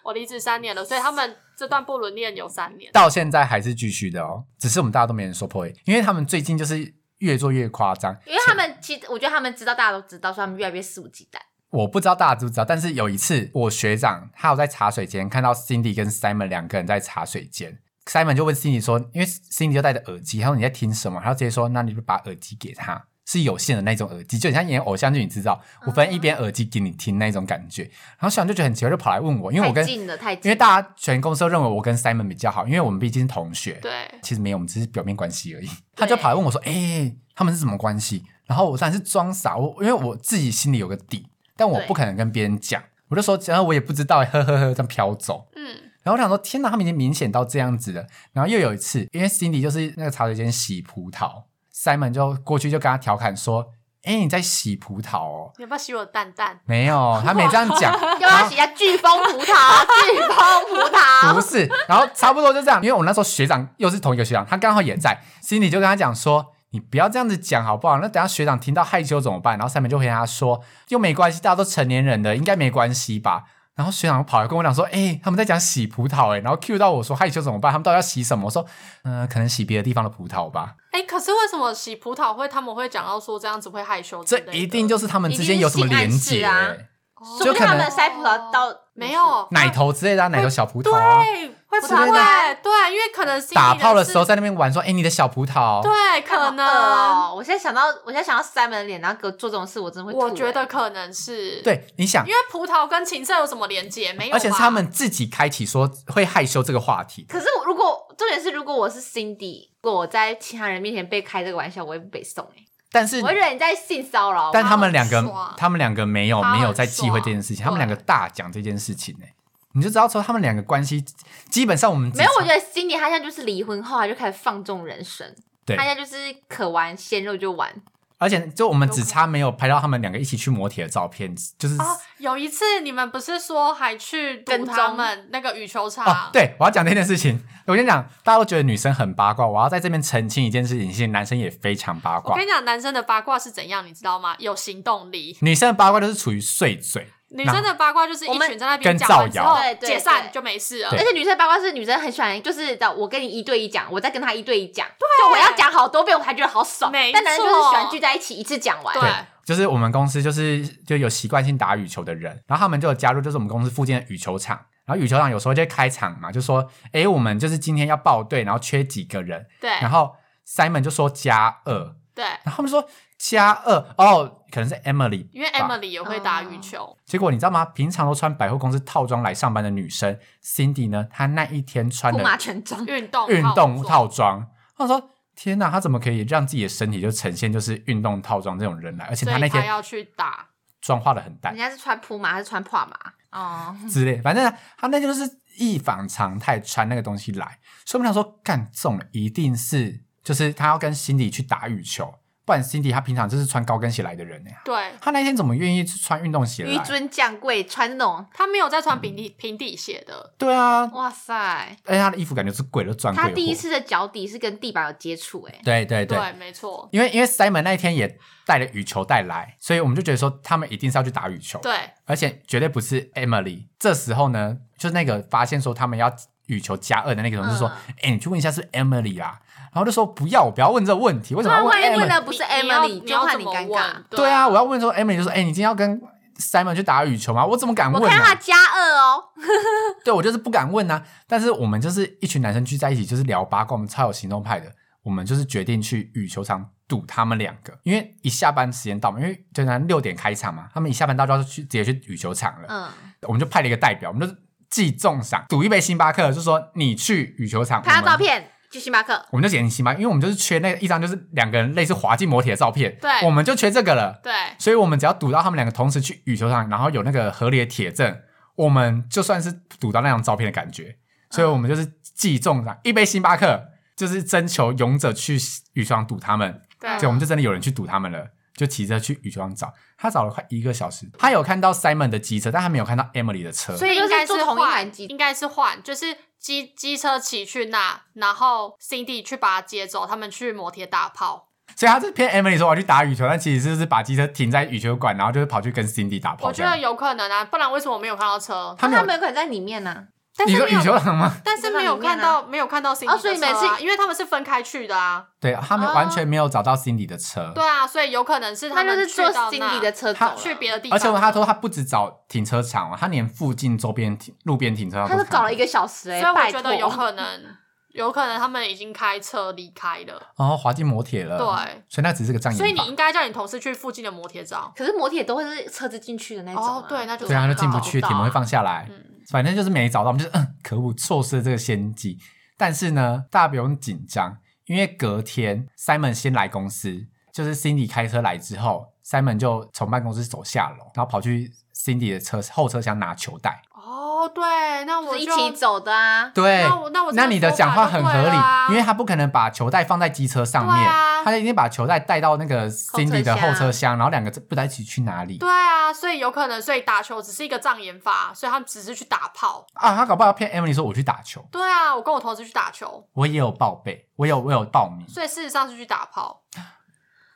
我离职三年了，所以他们这段不伦恋有三年。
到现在还是继续的哦，只是我们大家都没人说破而已，因为他们最近就是越做越夸张。
因为他们其实，我觉得他们知道，大家都知道，所以他们越来越肆无忌惮。
我不知道大家知不知道，但是有一次我学长他有在茶水间看到 Cindy 跟 Simon 两个人在茶水间，Simon 就问 Cindy 说，因为 Cindy 就戴着耳机，他说你在听什么？然后直接说，那你就把耳机给他。是有线的那种耳机，就很像演偶像剧，你知道，
嗯
我分一边耳机给你听那种感觉。然后学长就觉得很奇怪，就跑来问我，因为
太
我跟
近了，太近
因
了
为大家全公司都认为我跟 Simon 比较好，因为我们毕竟是同学。
对，
其实没有，我们只是表面关系而已。他就跑来问我说：“哎、他们是什么关系？”然后我当然是装傻，我因为我自己心里有个底，但我
对
不可能跟别人讲，我就说：“然后我也不知道，哎呵呵呵，这样飘走。
嗯，”
然后我想说：“天哪，他们已经明显到这样子了。”然后又有一次，因为 Cindy 就是那个茶水间洗葡萄，Simon 就过去就跟他调侃说：“哎、你在洗葡萄哦
你要不要洗我的蛋蛋？”？
没有，他没这样讲，
要不要写一下飓风葡 萄？飓风葡
啊不
萄，
是，然后差不多就这样，因为我那时候学长又是同一个学长，他刚好也在，心里就跟他讲说。你不要这样子讲好不好？那等下学长听到害羞怎么办？然后三本就回答说：“又没关系，大家都成年人的，应该没关系吧。”然后学长跑来跟我讲说：“哎、他们在讲洗葡萄、欸，哎，然后 Q 到我说害羞怎么办？他们到底要洗什么？”我说：“嗯、可能洗别的地方的葡萄吧。
哎、可是为什么洗葡萄会他们会讲到说这样子会害羞之
这
类的？
一定就是他们之间有什么连
一定是
结、
性暗示
欸
哦，
就
说不定
可
他
能
们塞葡萄到
没有
奶头之类的啊、奶头小葡
对
萄啊、，
会
不
不
知道
会？对，因为可能是
打炮的时候，在那边玩说：“哎、你的小葡萄。”
对，可
干嘛
能
饿哦。我现在想到，我现在想到 Simon 的脸，然后给我做这种事，我真的会吐。欸
我觉得可能是，
对，你想
因，为葡萄跟情色有什么连结？没有吧，
而且是他们自己开启说会害羞这个话题。
可是我如果重点是，如果我是 Cindy，如果我在其他人面前被开这个玩笑，我会被送哎、
但是
我，会觉得你在性骚扰我。
但他们两
他很爽
个，他们两个没有
他很
没有在忌讳这件事情，
爽
他们两个大讲这件事情呢、你就知道说他们两个关系基本上我们只
没有，我觉得 Cindy 她现在就是离婚后，她就开始放纵人生，
对
她现在就是可玩鲜肉就玩，
而且就我们只差没有拍到他们两个一起去磨铁的照片，就是
啊，有一次你们不是说还去堵
跟
他
踪
们那个羽球场？
哦，对，我要讲这件事情。我跟你讲，大家都觉得女生很八卦，我要在这边澄清一件事情，其实男生也非常八
我
卦
跟。你讲，男生的八卦是怎样，你知道吗？有行动力。
女生的八卦都是处于碎嘴，
女生的八卦就是一
我们
群在那边
跟
讲完之
造
后
谣对对
解散
对
就没事了
而。且女生八卦是女生很喜欢，就是的，我跟你一对一讲，我再跟她一对一讲，就我要讲好多遍，我才觉得好爽。
没
但男生就
错
是喜欢聚在一起一次讲完。
对
对，就是我们公司就是就有习惯性打羽球的人，然后他们就有加入就是我们公司附近的羽球场，然后羽球场有时候就会开场嘛，就说，诶，我们就是今天要报队，然后缺几个人，
对
然后 Simon 就说加二，
对，
然后他们说加二，哦，可能是 Emily，吧
因为 Emily 也会打
哦
羽球，
结果你知道吗？平常都穿百货公司套装来上班的女生 Cindy 呢，她那一天穿
库
的
马全装，
运动
运动
套
套装，我想说。天呐，她怎么可以让自己的身体就呈现就是运动套装这种人来？而且
装，
她
所
那
以他
天
要去打。
妆化的很淡
人，家是穿普马还是穿帕马？哦，
之类，反正他那天就是一反常态穿那个东西来，所以我们想说，干中了一定是就是他要跟辛迪去打羽球，不然 Cindy 她平常就是穿高跟鞋来的人呢、
对
她那天怎么愿意去穿运动鞋
纡
来？
尊降贵，穿那种，
他没有在穿平底平底鞋的，
对啊，
哇塞，
而且她的衣服感觉是贵了专柜货。
他第一次的脚底是跟地板有接触、欸，
对对对，
对，没错，
因为因为 Simon 那一天也带了羽球带来，所以我们就觉得说他们一定是要去打羽球，
对
而且绝对不是 Emily。这时候呢，就是那个发现说他们要羽球加二的那个同事说：“
嗯
哎、你去问一下是不是 Emily 啦。”然后就说：“不要，我不要问这个嗯问题，为
不
什么要
然万一
Emily？”
问的不是
你你要
Emily，
你
就
要
换
怎
你
么
尴尬
问。
对啊，我要问说 Emily 就说：“哎、你今天要跟 Simon 去打羽球吗？我怎么敢
我
问、
看到他
啊？
加二哦，
对我就是不敢问啊。但是我们就是一群男生聚在一起，就是聊八卦，我们超有行动派的。我们就是决定去羽球场堵他们两个，因为一下班时间到嘛，因为就咱六点开场嘛，他们一下班到就要去直接去羽球场了。
嗯，
我们就派了一个代表，我们就是记重赏，赌一杯星巴克，就说你去羽球场
拍到照。
我们
片去星巴克，
我们就写你星巴克，因为我们就是缺那一张，就是两个人类似滑进摩铁的照片，
对
我们就缺这个了。
对，
所以我们只要赌到他们两个同时去羽球场，然后有那个合理的铁证，我们就算是赌到那张照片的感觉。所
嗯
以我们就是计中奖一杯星巴克，就是征求勇者去羽球场赌他
嗯
们。
对
所以我们就真的有人去堵他们了，就骑车去羽球场找。他找了快一个小时，他有看到 Simon 的机车，但他没有看到 Emily 的车。
所以
应
应
该
该
是
是同一
换
台，机
应该是换，就是机机车骑去那，然后 Cindy 去把他接走，他们去摩铁打炮。
所以他是骗 Emily 说我要去打羽球，但其实就是把机车停在羽球馆，然后就是跑去跟 Cindy 打炮
我
这
觉得
样。
有可能啊，不然为什么没有看到车？
他没
那
有
他，们有可能在里面啊呢、
但
你
是
说
没
羽
有，
球场吗？
但是没有
啊
看到没有看到 Cindy
哦所以
的车啊
每次
因为他们是分开去的啊，
对他们
哦
完全没有找到 Cindy 的车。
对啊，所以有可能是
他就
们
是
去
坐
到
Cindy 的车走
他
了
那去别的地
而
方了，
且他说他不止找停车场哦，他连附近周边停路边停车场
他
都
是搞了一
看
个小时哎、
所以我
拜
觉
托，
得有可能， 有可能他们已经开车离开
到，
了。
然哦后滑进摩铁了。
对，
所以那只是个障眼
所以你
法
应该叫你同事去附近的摩铁找。
可是摩铁都会是车子进去的那种、啊
哦，对，，那就
对啊，就进不
找
去，
到
铁门会放下来。
嗯
反正就是没找到，我们就是嗯，可恶，错失了这个先机。但是呢，大家不用紧张，因为隔天 Simon 先来公司，就是 Cindy 开车来之后，Simon 就从办公室走下楼，然后跑去 Cindy 的车后车厢拿球带。
哦，对，那
就
我
是一
就
起走的啊。
对，
那我那我这个
你的讲话很合
说法就
理，
对啦
因为他不可能把球带放在机车上面，
对啊
他一定把球带带到那个 Cindy 的后
后
车
车
厢，然后两个不知道一起去哪里
对啊，所以有可能，所以打球只是一个障眼法，所以他们只是去打炮。
啊？他搞不好要骗 Emily 说我去打球，
对啊，我跟我同事去打球，
我也有报备，我有我有报名，
所以事实上是去打炮。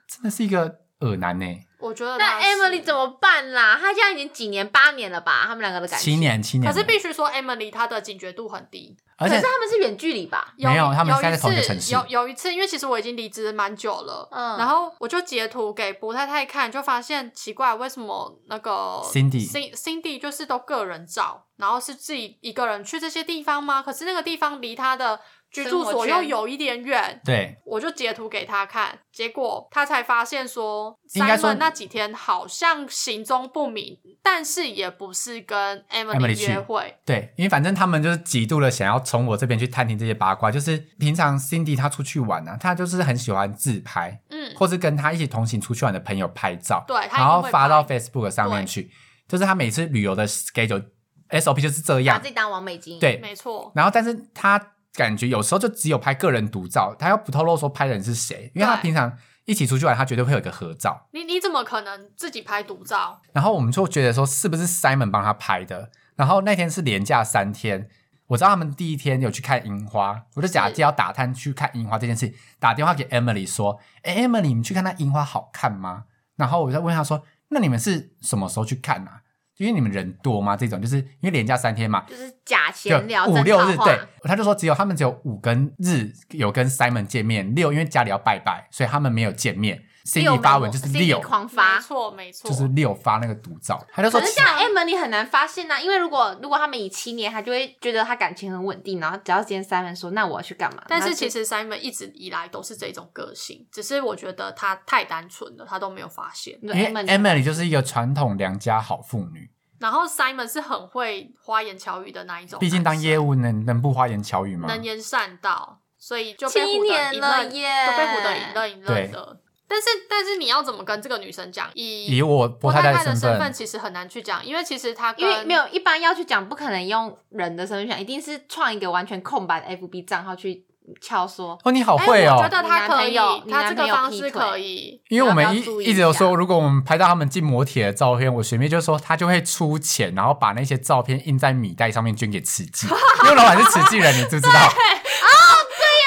真的是一个恶男呢、欸
我觉得
那 Emily 怎
么？
么办啦？他现在已经几年，八年了吧？他们两个的感
七
情，
年，七年
可
了，
是必须说，Emily 她的警觉度很低。
而
可
且
是他们是远距离吧？
没有
一
他们
有
现在在
一
同一个
次
城市
有有一次，因为其实我已经离职蛮久了，
嗯
然后我就截图给博太太看，就发现奇怪，为什么那个
Cindy
Cin- Cindy 就是都个人照，然后是自己一个人去这些地方吗？可是那个地方离她的居住所又有一点远。
对，
我就截图给她看，结果她才发现说
应该说
，Simon 那几天好像行踪不明，但是也不是跟
Emily
Emily
去
约会，
对，因为反正他们就是极度的想要从我这边去探听这些八卦。就是平常 Cindy 她出去玩啊，她就是很喜欢自拍，
嗯，
或是跟她一起同行出去玩的朋友拍照，
对，她一定
然后
会
发到
拍
Facebook 上面去。就是她每次旅游的 schedule SOP 就是这
把
样
自，己当完美精英，，
对。
没错，
然后，但是她感觉有时候就只有拍个人独照，她又不透露说拍的人是谁，因为她
对
平常一起出去玩，她绝对会有一个合照。
你你怎么可能自己拍独照？
然后我们就觉得说，是不是 Simon 帮他拍的？然后那天是连假三天，我知道他们第一天有去看樱花，我就假借要打探去看樱花这件事，打电话给 Emily 说：“哎，Emily，你们去看那樱花好看吗？”然后我就问他说：“那你们是什么时候去看啊？因为你们人多吗？这种就是因为连假三天嘛，
就是假
就
闲聊，
五
真
六
套
日
话
对，他就说只有他们只有五跟日有跟 Simon 见面，六因为家里要拜拜，所以他们没有见面。
六
Cindy 发文就是
没有
六
Cindy，狂
没
发。
错，没错，
就是六发那个独照，他就说
可是这样 Emily 很难发现呐、因为如果如果他们以七年，他就会觉得他感情很稳定，然后只要今天 Simon 说啊那我要去干嘛，
但是其
实
实 Simon 一直以来都是这种个性，只是我觉得他太单纯了，他都没有发现。
因
因为 Emily 就是一个传统良家好妇女，
然后 Simon 是很会花言巧语的那一种男生，
毕竟当业务能能不花言巧语吗？
能言善道，所以就
七
被唬得
年
一
了
愣，
耶
都被唬得一愣一愣的。但是但是你要怎么跟这个女生讲？以
以我
我
波
太
太
太
身
身份
份，
其实很难去讲，因为其实她
因为
跟
没有一般要去讲，不可能用人的身份讲，一定是创一个完全空白的 FB 账号去巧说，
哦，你好会
哎
哦
我觉！得他可以
你男朋友，你
他
男朋
这个
友
方
劈腿
式可以，
因为我
要
们
不
一
要注意
一直有
一下
说，如果我们拍到他们进摩铁的照片，我学妹就说她就会出钱，然后把那些照片印在米袋上面捐给慈济，因为老板是慈济人，你知不知道？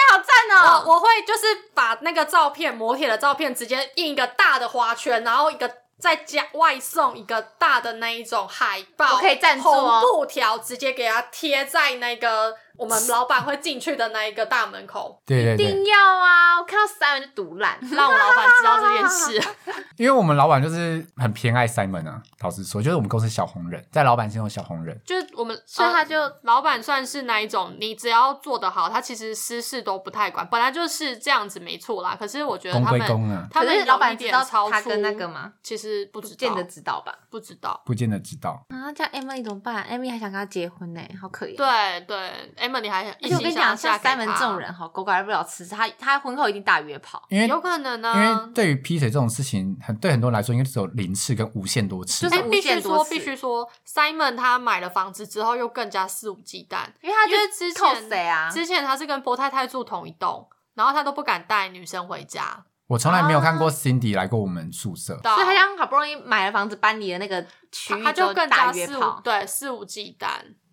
好赞哦！
我我会就是把那个照片磨铁的照片直接印一个大的花圈，然后一个再加外送一个大的那一种海报，
我可以赞助
红
哦
布条直接给它贴在那个我们老板会进去的那一个大 门口。
对对
一
对，
定要啊！我看到三文就堵烂，
让我老板知道这件 事，
因为我们老板就是很偏爱 Simon 啊，老实说，就是我们公司小红人，在老板心中小红人。
就是我们，
所以他就
老板算是那一种，你只要做得好，他其实私事都不太管，本来就是这样子没错啦。可是我觉得
公
他
归
们，
公啊，
他
可
们有
是老板
一
知
点
道
超
他
出
跟那个吗？
其实不
不
知
见
道
得，知道吧？
不知道。
不见得知道。
啊，这样 Emily 怎么办？Emily 还想跟他结婚呢，好可怜。
对对，Emily 还
而且
一心
我跟你
想要
讲，像
嫁给
三门
他
这种，人，好狗改不了吃屎，他他婚后一定大约跑，
因为
有可能
因为
嗯
呢、哎
对于劈腿这种事情，很对很多人来说，应该只有零次跟无限多次
就
吧。
哎，
是无
必须
限多
说，
次
必须说，Simon 他买了房子之后，又更加肆无忌惮，
因为他
因为
就
之
是扣谁
前、
啊？
之前他是跟波太太住同一栋，然后他都不敢带女生回家，
我从来没有看
哦
过 Cindy 来过我们宿舍，
所
所以他这样好不容易买了房子，搬离了那个区域
他
之
就
后，
更
大
加
约
肆无
跑。
对肆无忌惮。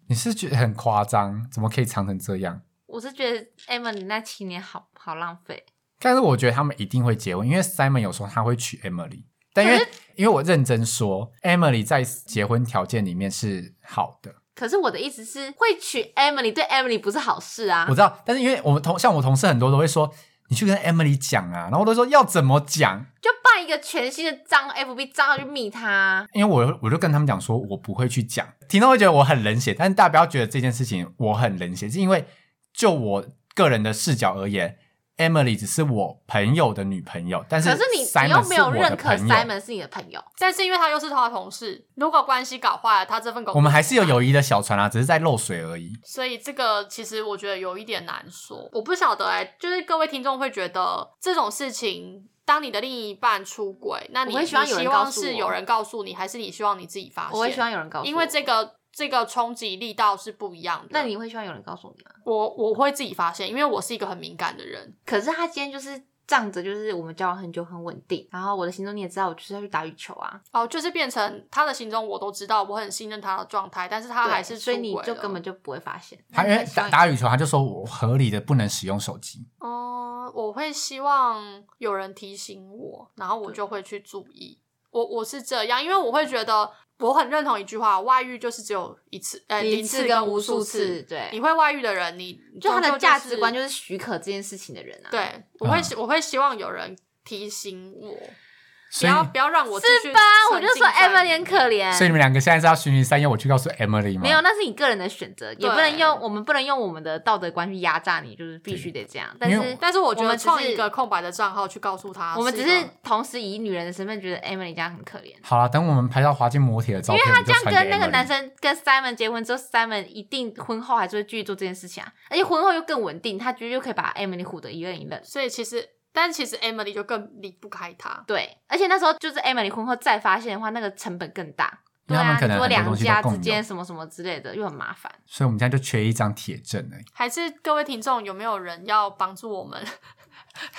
你是觉得很夸张，怎么可以藏成这样？
我是觉得 Emily 那七年好好浪费，
但是我觉得他们一定会结婚，因为 Simon 有时候他会娶 Emily，但因为因为我认真说，Emily 在结婚条件里面是好的，
可是我的意思是，会娶 Emily 对 Emily 不是好事啊
我。知道。但是因为我们同像我同事很多都会说，你去跟 Emily 讲啊，然后我都说要怎么讲，
就办一个全新的账号 FB 账号去密他啊，
因为我我就跟他们讲说，我不会去讲，听众会觉得我很冷血，但是大家不要觉得这件事情我很冷血，是因为就我个人的视角而言，Emily 只是我朋友的女朋友，但
可是你你
Simon
又
是
没有
我的
认可
朋友
Simon 是你的朋友，
但是因为他又是他的同事，如果关系搞坏了，他这份工作
我们还是有友谊的小船啊，只是在漏水而已。
所以这个其实我觉得有一点难说，我不晓得哎、就是各位听众会觉得这种事情，当你的另一半出轨，那你
我会希望有人
你希
告
望
诉我
是有人告诉你，还是你希望你自己发现？
我会希望有人告诉我，
因为这个这个冲击力道是不一样的。
那你会希望有人告诉你吗？
我我会自己发现，因为我是一个很敏感的人。
可是他今天就是仗着就是我们交往很久很稳定，然后我的行踪你也知道，我就是要去打羽球啊，
哦，就是变成他的行踪我都知道，我很信任他的状态，但是他
对
还是出
所
轨
以你就
了
根本就不会发现。
他因为
那
打
你
打羽球，他就说我合理的不能使用手机。
嗯，我会希望有人提醒我，然后我就会去注意。我我是这样，因为我会觉得我很认同一句话，外遇就是只有一次，呃，
一
零
次跟
跟
无数
数
次对
你会外遇的人，你
就他的价值观就是是许可这件事情的人啊，，
对，我会希、我会希望有人提醒我，不
所以，
要不要让我继续
是吧？啊我
沉
就
浸
说
在
Emily 很可怜，
所以你们两个现在是要循循善诱，我去告诉 Emily 吗？
没有，，那是你个人的选择，也
对
不能用我们不能用我们的道德观去压榨你，就是必须得这样。但
因为
是
但是我觉
我
得
们只是
创一个空白的账号去告诉他一个，
我们只是同时以女人的身份觉得 Emily 这样很可怜，
好了，等我们拍到滑进摩铁的照
因
片，
为他这样
我们就传
跟
给
那个
Emily
男生跟 Simon 结婚之后，Simon 一定婚后还是会继续做这件事情啊，而且婚后又更稳定，他绝对可以把 Emily 唬得一愣一愣。
所以其实，但其实 Emily 就更离不开他。
对，而且那时候就是 Emily 婚后再发现的话，那个成本更大。
因
对
为他们
啊，
可
你
能
说
很多
两
东西都
家
共
之间
有
什么什么之类的，又很麻烦。
所以我们现在就缺一张铁证哎，
还是各位听众有没有人要帮助我们？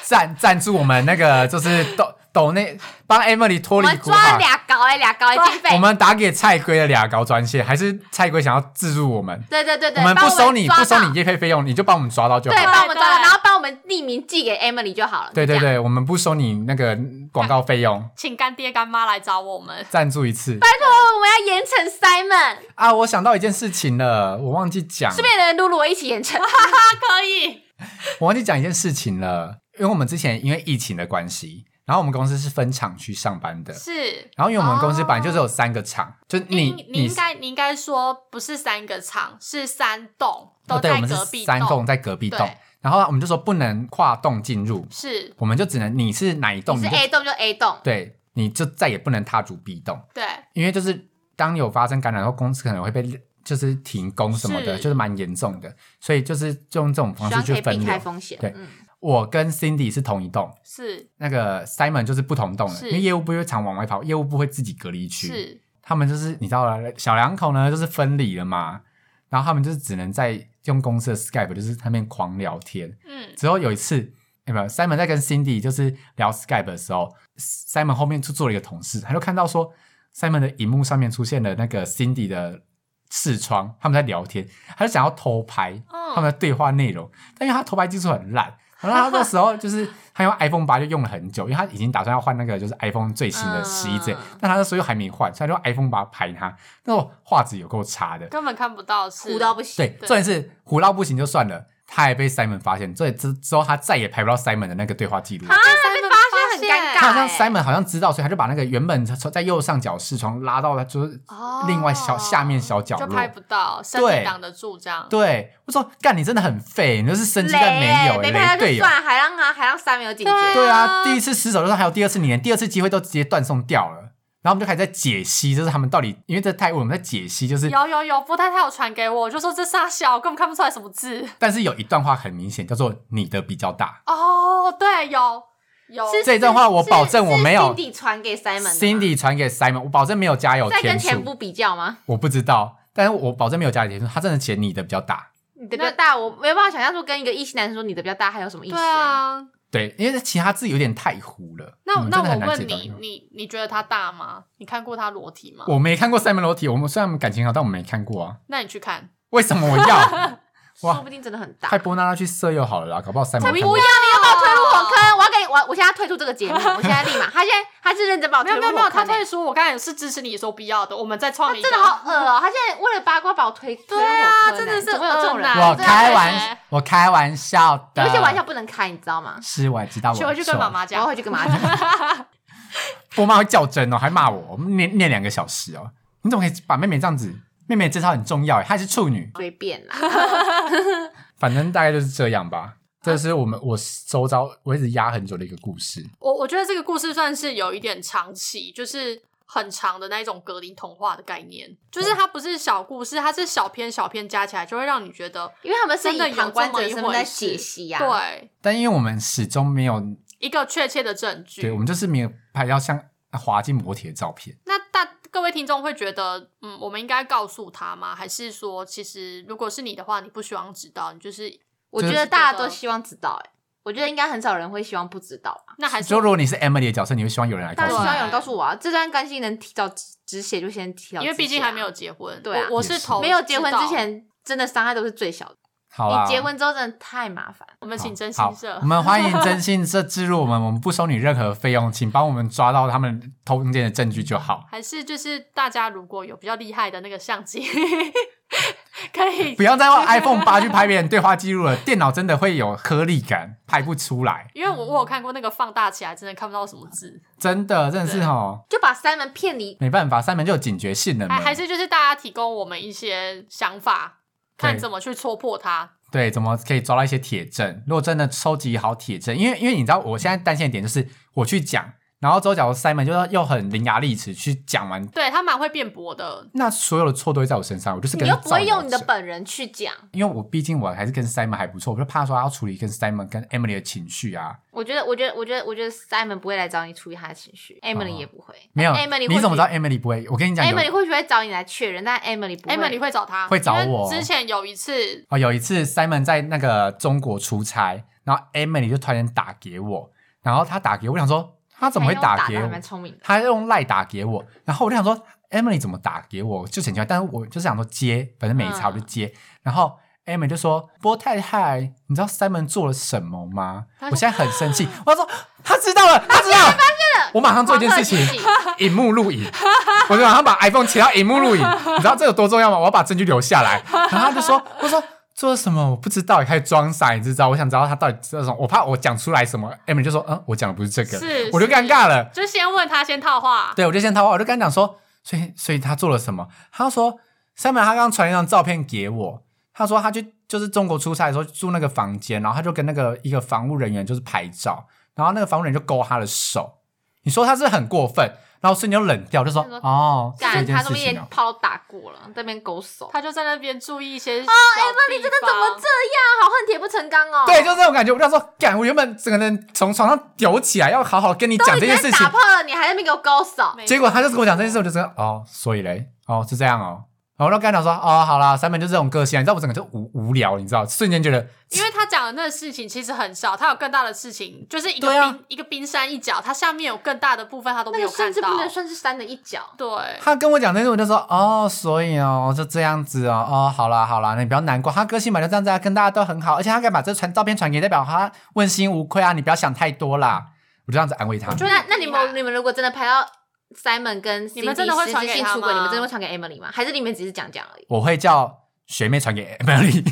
赞赞助我们那个就是抖抖内帮 Emily
我
脱离
们
苦
抓
海。
俩高哎，俩高哎，经费
我。们打给蔡龟的俩高专线，还是蔡龟想要资助我们？
对对对对，
我们
帮
不收你，
抓
不收
到
你业配费用，你就帮我们抓到就好
对，。帮我们抓到，
对
然后帮我们匿名寄给 Emily 就好了。
对对
就这样，
对，我们不收你那个广告费用，
请干爹干妈来找我们。
赞助一次
拜托，哦我们要严惩 Simon，
啊！我想到一件事情了，我忘记讲，
顺便连露露我一起严惩。
他 可以，
我忘记讲一件事情了，因为我们之前因为疫情的关系，然后我们公司是分厂区上班的，
是
然后因为我们公司
哦
本来就只有三个厂，就你
你应该你应该说不是三个厂，是三栋，
哦
都
对，我
在
们是
隔壁
三栋
栋。
在隔壁栋
对，
然后我们就说不能跨栋进入，
是，
我们就只能你是哪一栋，
你是
就
A 栋就 A 栋，
对，你就再也不能踏足 B 栋，
对，
因为就是当有发生感染后，公司可能会被就是停工什么的，
是
就是蛮严重的，所以就是就用这种方
希
式
望可
去
以避
分
开
流。
风险。
对
嗯，
我跟 Cindy 是同一栋，
是
那个 Simon 就是不同栋的，
是
因为业务部会常往外跑，业务部会自己隔离区，
是，
他们就是你知道了，小两口呢就是分离了嘛。然后他们就是只能在用公司的 Skype，就是他们狂聊天。
嗯，
之后有一次，有没有 Simon 在跟 Cindy 就是聊 Skype 的时候，Simon 后面就坐了一个同事，他就看到说 Simon 的荧幕上面出现了那个 Cindy 的视窗，他们在聊天，他就想要偷拍
嗯
他们的对话内容，但因为他偷拍技术很烂。然后他那时候就是他用 iPhone 八就用了很久，因为他已经打算要换那个就是 iPhone 最新的十一 Z，
嗯
但他那时候又还没换，所以他就用 iPhone 八拍他，那种画质有够差的。
根本看不到是，
糊到不行。
对，重点是胡闹不行就算了，他还被 Simon 发现，所以之之后他再也拍不到 Simon 的那个对话记录。
啊，被发
被
现
发
很尴
现
尬、欸。
他好像 Simon 好像知道，所以他就把那个原本在右上角视窗拉到了就是
哦
另外小下面小角
就
落
拍。不到，身
对
体挡得住这样。
对，我说干你真的很废，你就是生气
雷
但没
欸
有
没拍
雷
到
队
就
友。
算，还让他还让三没有警觉。
对
对啊，第一次失手就算，还有第二次，你连第二次机会都直接断送掉了。然后我们就开始在解析，就是他们到底因为这太我们在解析，就是
有有有，不太太有传给我，我就说这傻小，根本看不出来什么字。
但是有一段话很明显叫做你的比较大，
哦，对，有有，
是
这段话我保证我没有
是 Cindy 传给 Simon 的吗
Cindy 传给 Simon，我保证没有加油
在跟
天
前
数，
夫比较吗？
我不知道，但是我保证没有加油天数，他真的写你的比较大。
你的比较大，我没有办法想象说跟一个异性男生说你的比较大还有什么意思、欸
对啊。
对，因为其他字有点太糊了，
那、
嗯
那
真的
我
很难解
问
到
你，你你觉得他大吗？你看过他裸体吗？
我没看过 Simon 裸体，我们虽然我们感情好，但我们没看过啊，
那你去看，
为什么 我要？哇
说不定真的很大。
快波娜拉去色诱好了啦，搞不好 Simon
我不
看
要，
过
你要把我推入火坑！我要给你，我我现在退出这个节目，我现在立马。他现在他是认真把我
啊没
推
有
入
没有
火
没有，他
坑欸
退出，我刚才是支持你说不要的，我们再创一个。
真的好恶哦、他现在为了八卦把我推推入火坑欸、
啊真的是
怎么有这种人？
恶男
我
真的
开玩
对
我开玩笑的，
有些玩笑不能开，你知道吗？
是我知道我，
去回去跟妈，
然后
妈讲
回，去干嘛去？
我妈会较真哦，还骂我，我们念念两个小时哦，你怎么可以把妹妹这样子？妹妹这套很重要欸耶，她还是处女，
随便啦。
反正大概就是这样吧。这是我们我周遭我一直压很久的一个故事。
我我觉得这个故事算是有一点长期，就是很长的那一种格林童话的概念，就是它不是小故事，它是小篇小篇加起来，就会让你觉得
因为他们是
真的
以
有
旁观者的身
这
份
么一
在
回事
解析呀、啊。
对
但因为我们始终没有，
一个确切的证据。
对我们就是没有拍到像滑进摩铁的照片。
那大各位听众会觉得，嗯，我们应该告诉他吗？还是说，其实如果是你的话，你不希望知道，你就是
我觉得大家都希望知道、欸，哎，我觉得应该很少人会希望不知道吧。
那还是
就如果你是 Emily 的角色，你会希望有人来告
大家
诉
希
你
望有人告诉我啊，这段关系能提早止止血就先提早止血啊、
因为毕竟还没有结婚。
对啊
我我是投
没有结婚
知道
之，前，真的伤害都是最小的。
好啦，
你结婚之后真的太麻烦了。
我们请真
好
心社
我。们欢迎征信社置入我们，我们不收你任何费用，请帮我们抓到他们偷奸的证据就 好。
还是就是大家如果有比较厉害的那个相机，可以
不，要再用 iPhone 八去拍别人对话记录了，电脑真的会有颗粒感，拍不出来，
因为我我有看过那个放大起来，真的看不到什么字。
真的真的是哦，
就把三门骗离，
没办法，三门就有警觉性了嘛
还。还是就是大家提供我们一些想法，看
对
怎么去戳破它。
对，怎么可以抓到一些铁证？如果真的收集好铁证，因为因为你知道，我现在担心的点就是我去讲，然后周角 Simon 就是又很伶牙俐齿去讲完，
对他蛮会辩驳的，
那所有的错都会在我身上，我就是跟
你又不会
造谣
用你的
者，
本人去讲。
因为我毕竟我还是跟 Simon 还不错，我就怕说他要处理跟 Simon 跟 Emily 的情绪啊，
我觉得，我觉得，我觉得，我觉得 Simon 不会来找你处理他的情绪，Emily
哦
也不会。哎
没有
啊 Emily，
你
或
怎么
许
知道 Emily 不会？我跟你讲有
？Emily 或许会找你来确认，但 Emily 不会。
Emily 会找他，
会找我
因为之前有一次，
哦，有一次 Simon 在那个中国出差，然后 Emily 就突然打给我，然后他打给我，我想说他怎么会
打
给
得还
我？
蛮聪明的。
他用赖打给我，然后我就想说 Emily 怎么打给我，就很奇怪，但是我就是想说接，反正没差
嗯
我就接，然后。Emily 就说：“波太太，你知道 Simon 做了什么吗？我现在很生气。”我说：“他知道了，他知道了，发现了。”我马上做一件事情，荧幕录影，我就马上把 iPhone 切到荧幕录影，你知道这有多重要吗？我要把证据留下来。然后他就说：“我说做了什么？我不知道。”开始装傻，你知道？我想知道他到底知道什么，我怕我讲出来什么。Emily 就说：“嗯，我讲的不是这个。”
是
我就尴尬了。
就先问他，先套话。
对，我就先套话，我就跟他讲说，所以所以他做了什么？他说，Simon 他刚刚传一张照片给我，他说他去就是中国出差的时候住那个房间，然后他就跟那个一个房务人员就是拍照，然后那个房务人员就勾他的手，你说他是不是很过分，然后瞬间就冷掉，就说
他说
哦，这
干，
件
他
事
这边
情哦。
炮打过了，这边勾手。
他就在那边注意一些哦，Emily 真的
怎么这样？好恨铁不成钢哦。
对，就是这种感觉。我就想说，干，我原本整个人从床上丢起来，要好好跟你
都
讲
已
这
经
件
在
事情
打，炮了，你还在那边给我勾手。
结果他就是跟我讲这件事，我就说哦，所以嘞，哦是这样哦，然后我就跟他讲说，哦，好啦，三本就这种个性啊，你知道我整个就无无聊，你知道，瞬间觉得
因为他讲的那个事情其实很少，他有更大的事情，就是一个
对
冰、
啊
一个冰山一角，他下面有更大的部分他都
那
没
个
有看
甚至不
到。
能算是山的一角。
对，
他跟我讲那些，我就说哦，所以哦，就这样子哦，哦，好啦好啦，那你不要难过，他个性本来就这样子啊，跟大家都很好，而且他敢把这传照片传给，代表他问心无愧啊，你不要想太多啦，我就这样子安慰他。
觉得
那那你
厉害
们你们如果真的拍到 Simon 跟 Cindy
你们真的会
实
传
质
给
性
他
出轨，你
吗
们真的会传给 Emily 吗？还是你们只是讲讲而已？
我会叫学妹传给 Emily，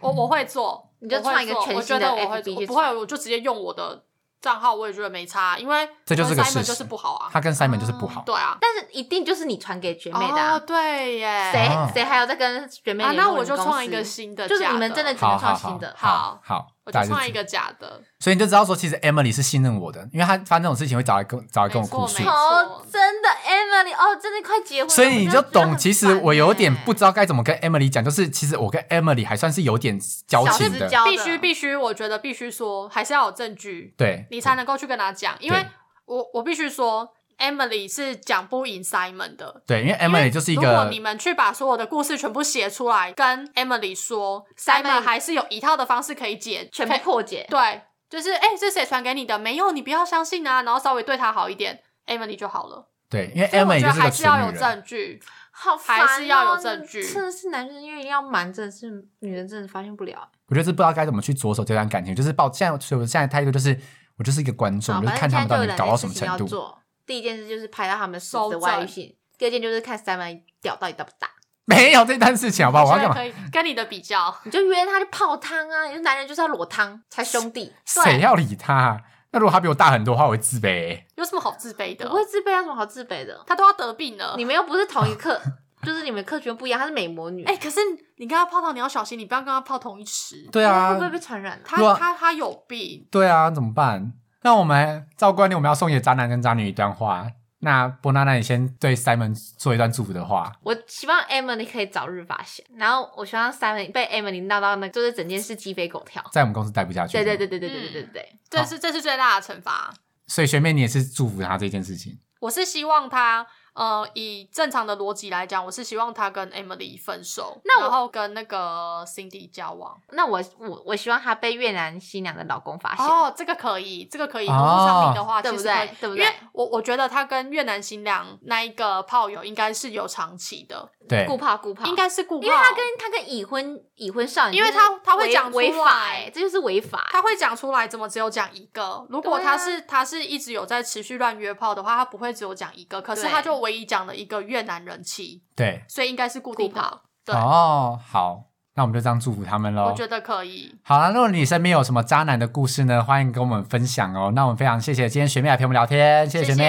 我我会做，
你就
我会
创一个
做
全
我觉
新
得
的
我会
FB
做，
去
我不会，我就直接用我的账号，我也觉得没差，因为
这就是个
Simon
事实
就是不好啊。
他跟 Simon 就是不好。
对啊，
但是一定就是你传给学妹的、
哦，
啊，
对耶，
谁
哦
谁还有在跟学妹
啊？
联络
那
你
我就
公
创一
司
个新的假，
就是你们真的只
好
能
好
创
好
新的。
好好，
我
大
就
家
创一
这样
个假的，
所以你就知道说，其实 Emily 是信任我的，因为她发生这种事情会找来跟找来跟我哭诉
没，错
哦，真的 Emily，哦，真的快结婚了，
所以你就
我真的觉得
懂，
很
其实
烦
我有点
欸
不知道该怎么跟 Emily 讲，就是其实我跟 Emily 还算是有点交
小
情
私
的，
交
必
的
须必须，我觉得必须说，还是要有证据，
对，
你才能够去跟他讲，因为我我必须说，Emily 是讲不赢 Simon 的。
对，因为
因为
Emily 就是一
如果
个
你们去把所有的故事全部写出来，跟 Emily 说
Simon
，Simon 还是有一套的方式可以解，
全
可
部
以
破解。
对，就是哎、这谁传给你的？没有，你不要相信啊，然后稍微对他好一点，Emily 就好了。
对，因为
所以我
Emily 就
觉得
个
还是
蠢
要有
女人。
证据，
好烦、哦，
还是要有证据
那真的是男人因为要瞒，真的是女人真的发现不了。啊
我就是不知道该怎么去着手这段感情，就是抱现在，所以我现在态度就是，我就是一个观众，
好，
我就是
反
看
正
他
现在
们到
就有
底
两
搞
件
到什
事
么
情
程
要
度。
做。第一件事就是拍到他们死
收
的外遇
证
信，第二件就是看 Simon 屌到底大不大。
没有这段事情，好不哦好？我要
现
干嘛？
在可以跟你的比较。
你就约他去泡汤啊！你说男人就是要裸汤才兄弟，
谁要理他啊？那如果他比我大很多的话，我会自卑欸。
有呃什么好自卑
不
的？
会自卑，有什么好自卑的？
他都要得病了。
你们又不是同一课， 就是你们课群不一样，她是美魔女，
哎、可是你跟他泡汤，你要小心，你不要跟他泡同一池。
对
她
啊
会不，会被传染？
他
如果
他他有病，
对啊，怎么办？那我们照惯例，我们要送给渣男跟渣女一段话。那波娜，那你先对 Simon 做一段祝福的话。
我希望 Emily 可以早日发现，然后我希望 Simon 被 Emily 闹到那，就是整件事鸡飞狗跳。
在我们公司待不下去。
对对对。对对对对对对，
这是这是最大的惩罚。
所以学妹，你也是祝福他这件事情。
我是希望他，呃，以正常的逻辑来讲，我是希望他跟 Emily 分手，
那我
然后跟那个 Cindy 交往。
那我我我希望她被越南新娘的老公发现，
哦，这个可以，这个可以，
哦
公路上面的话，
对
其
不
实可以
对？对不
因为
对？
我我觉得他跟越南新娘那一个炮友应该是有长期的，
对
顾，泡顾泡，
应该是顾
因为
炮
她跟她跟已婚已婚少女，
因为
就是
她她会
违
讲出
违法、
来
哎，这就是违法、
他会讲出来，怎么只有讲一个？如果
对啊
他是、他是一直有在持续乱约炮的话，他不会只有讲一个，可是
对
他就唯一讲了一个越南人妻，
对。
所以应该是固定
固
的
炮。
对，
哦，好，那我们就这样祝福他们喽。
我觉得可以。
好啦，如果你身边有什么渣男的故事呢，欢迎跟我们分享哦。那我们非常谢谢今天学妹来陪我们聊天，谢学妹。
谢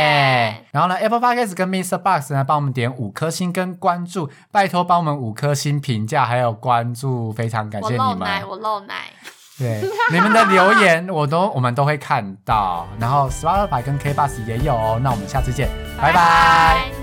谢
然后呢，Apple Podcast 跟 Mr. Box 呢，帮我们点五颗星跟关注，拜托帮我们五颗星评价还有关注，非常感
我
谢
漏
你
奶，
们。
我漏奶。
对，你们的留言我都我们都会看到，然后 Spotify 跟 K Bus 也有哦。那我们下次见，拜拜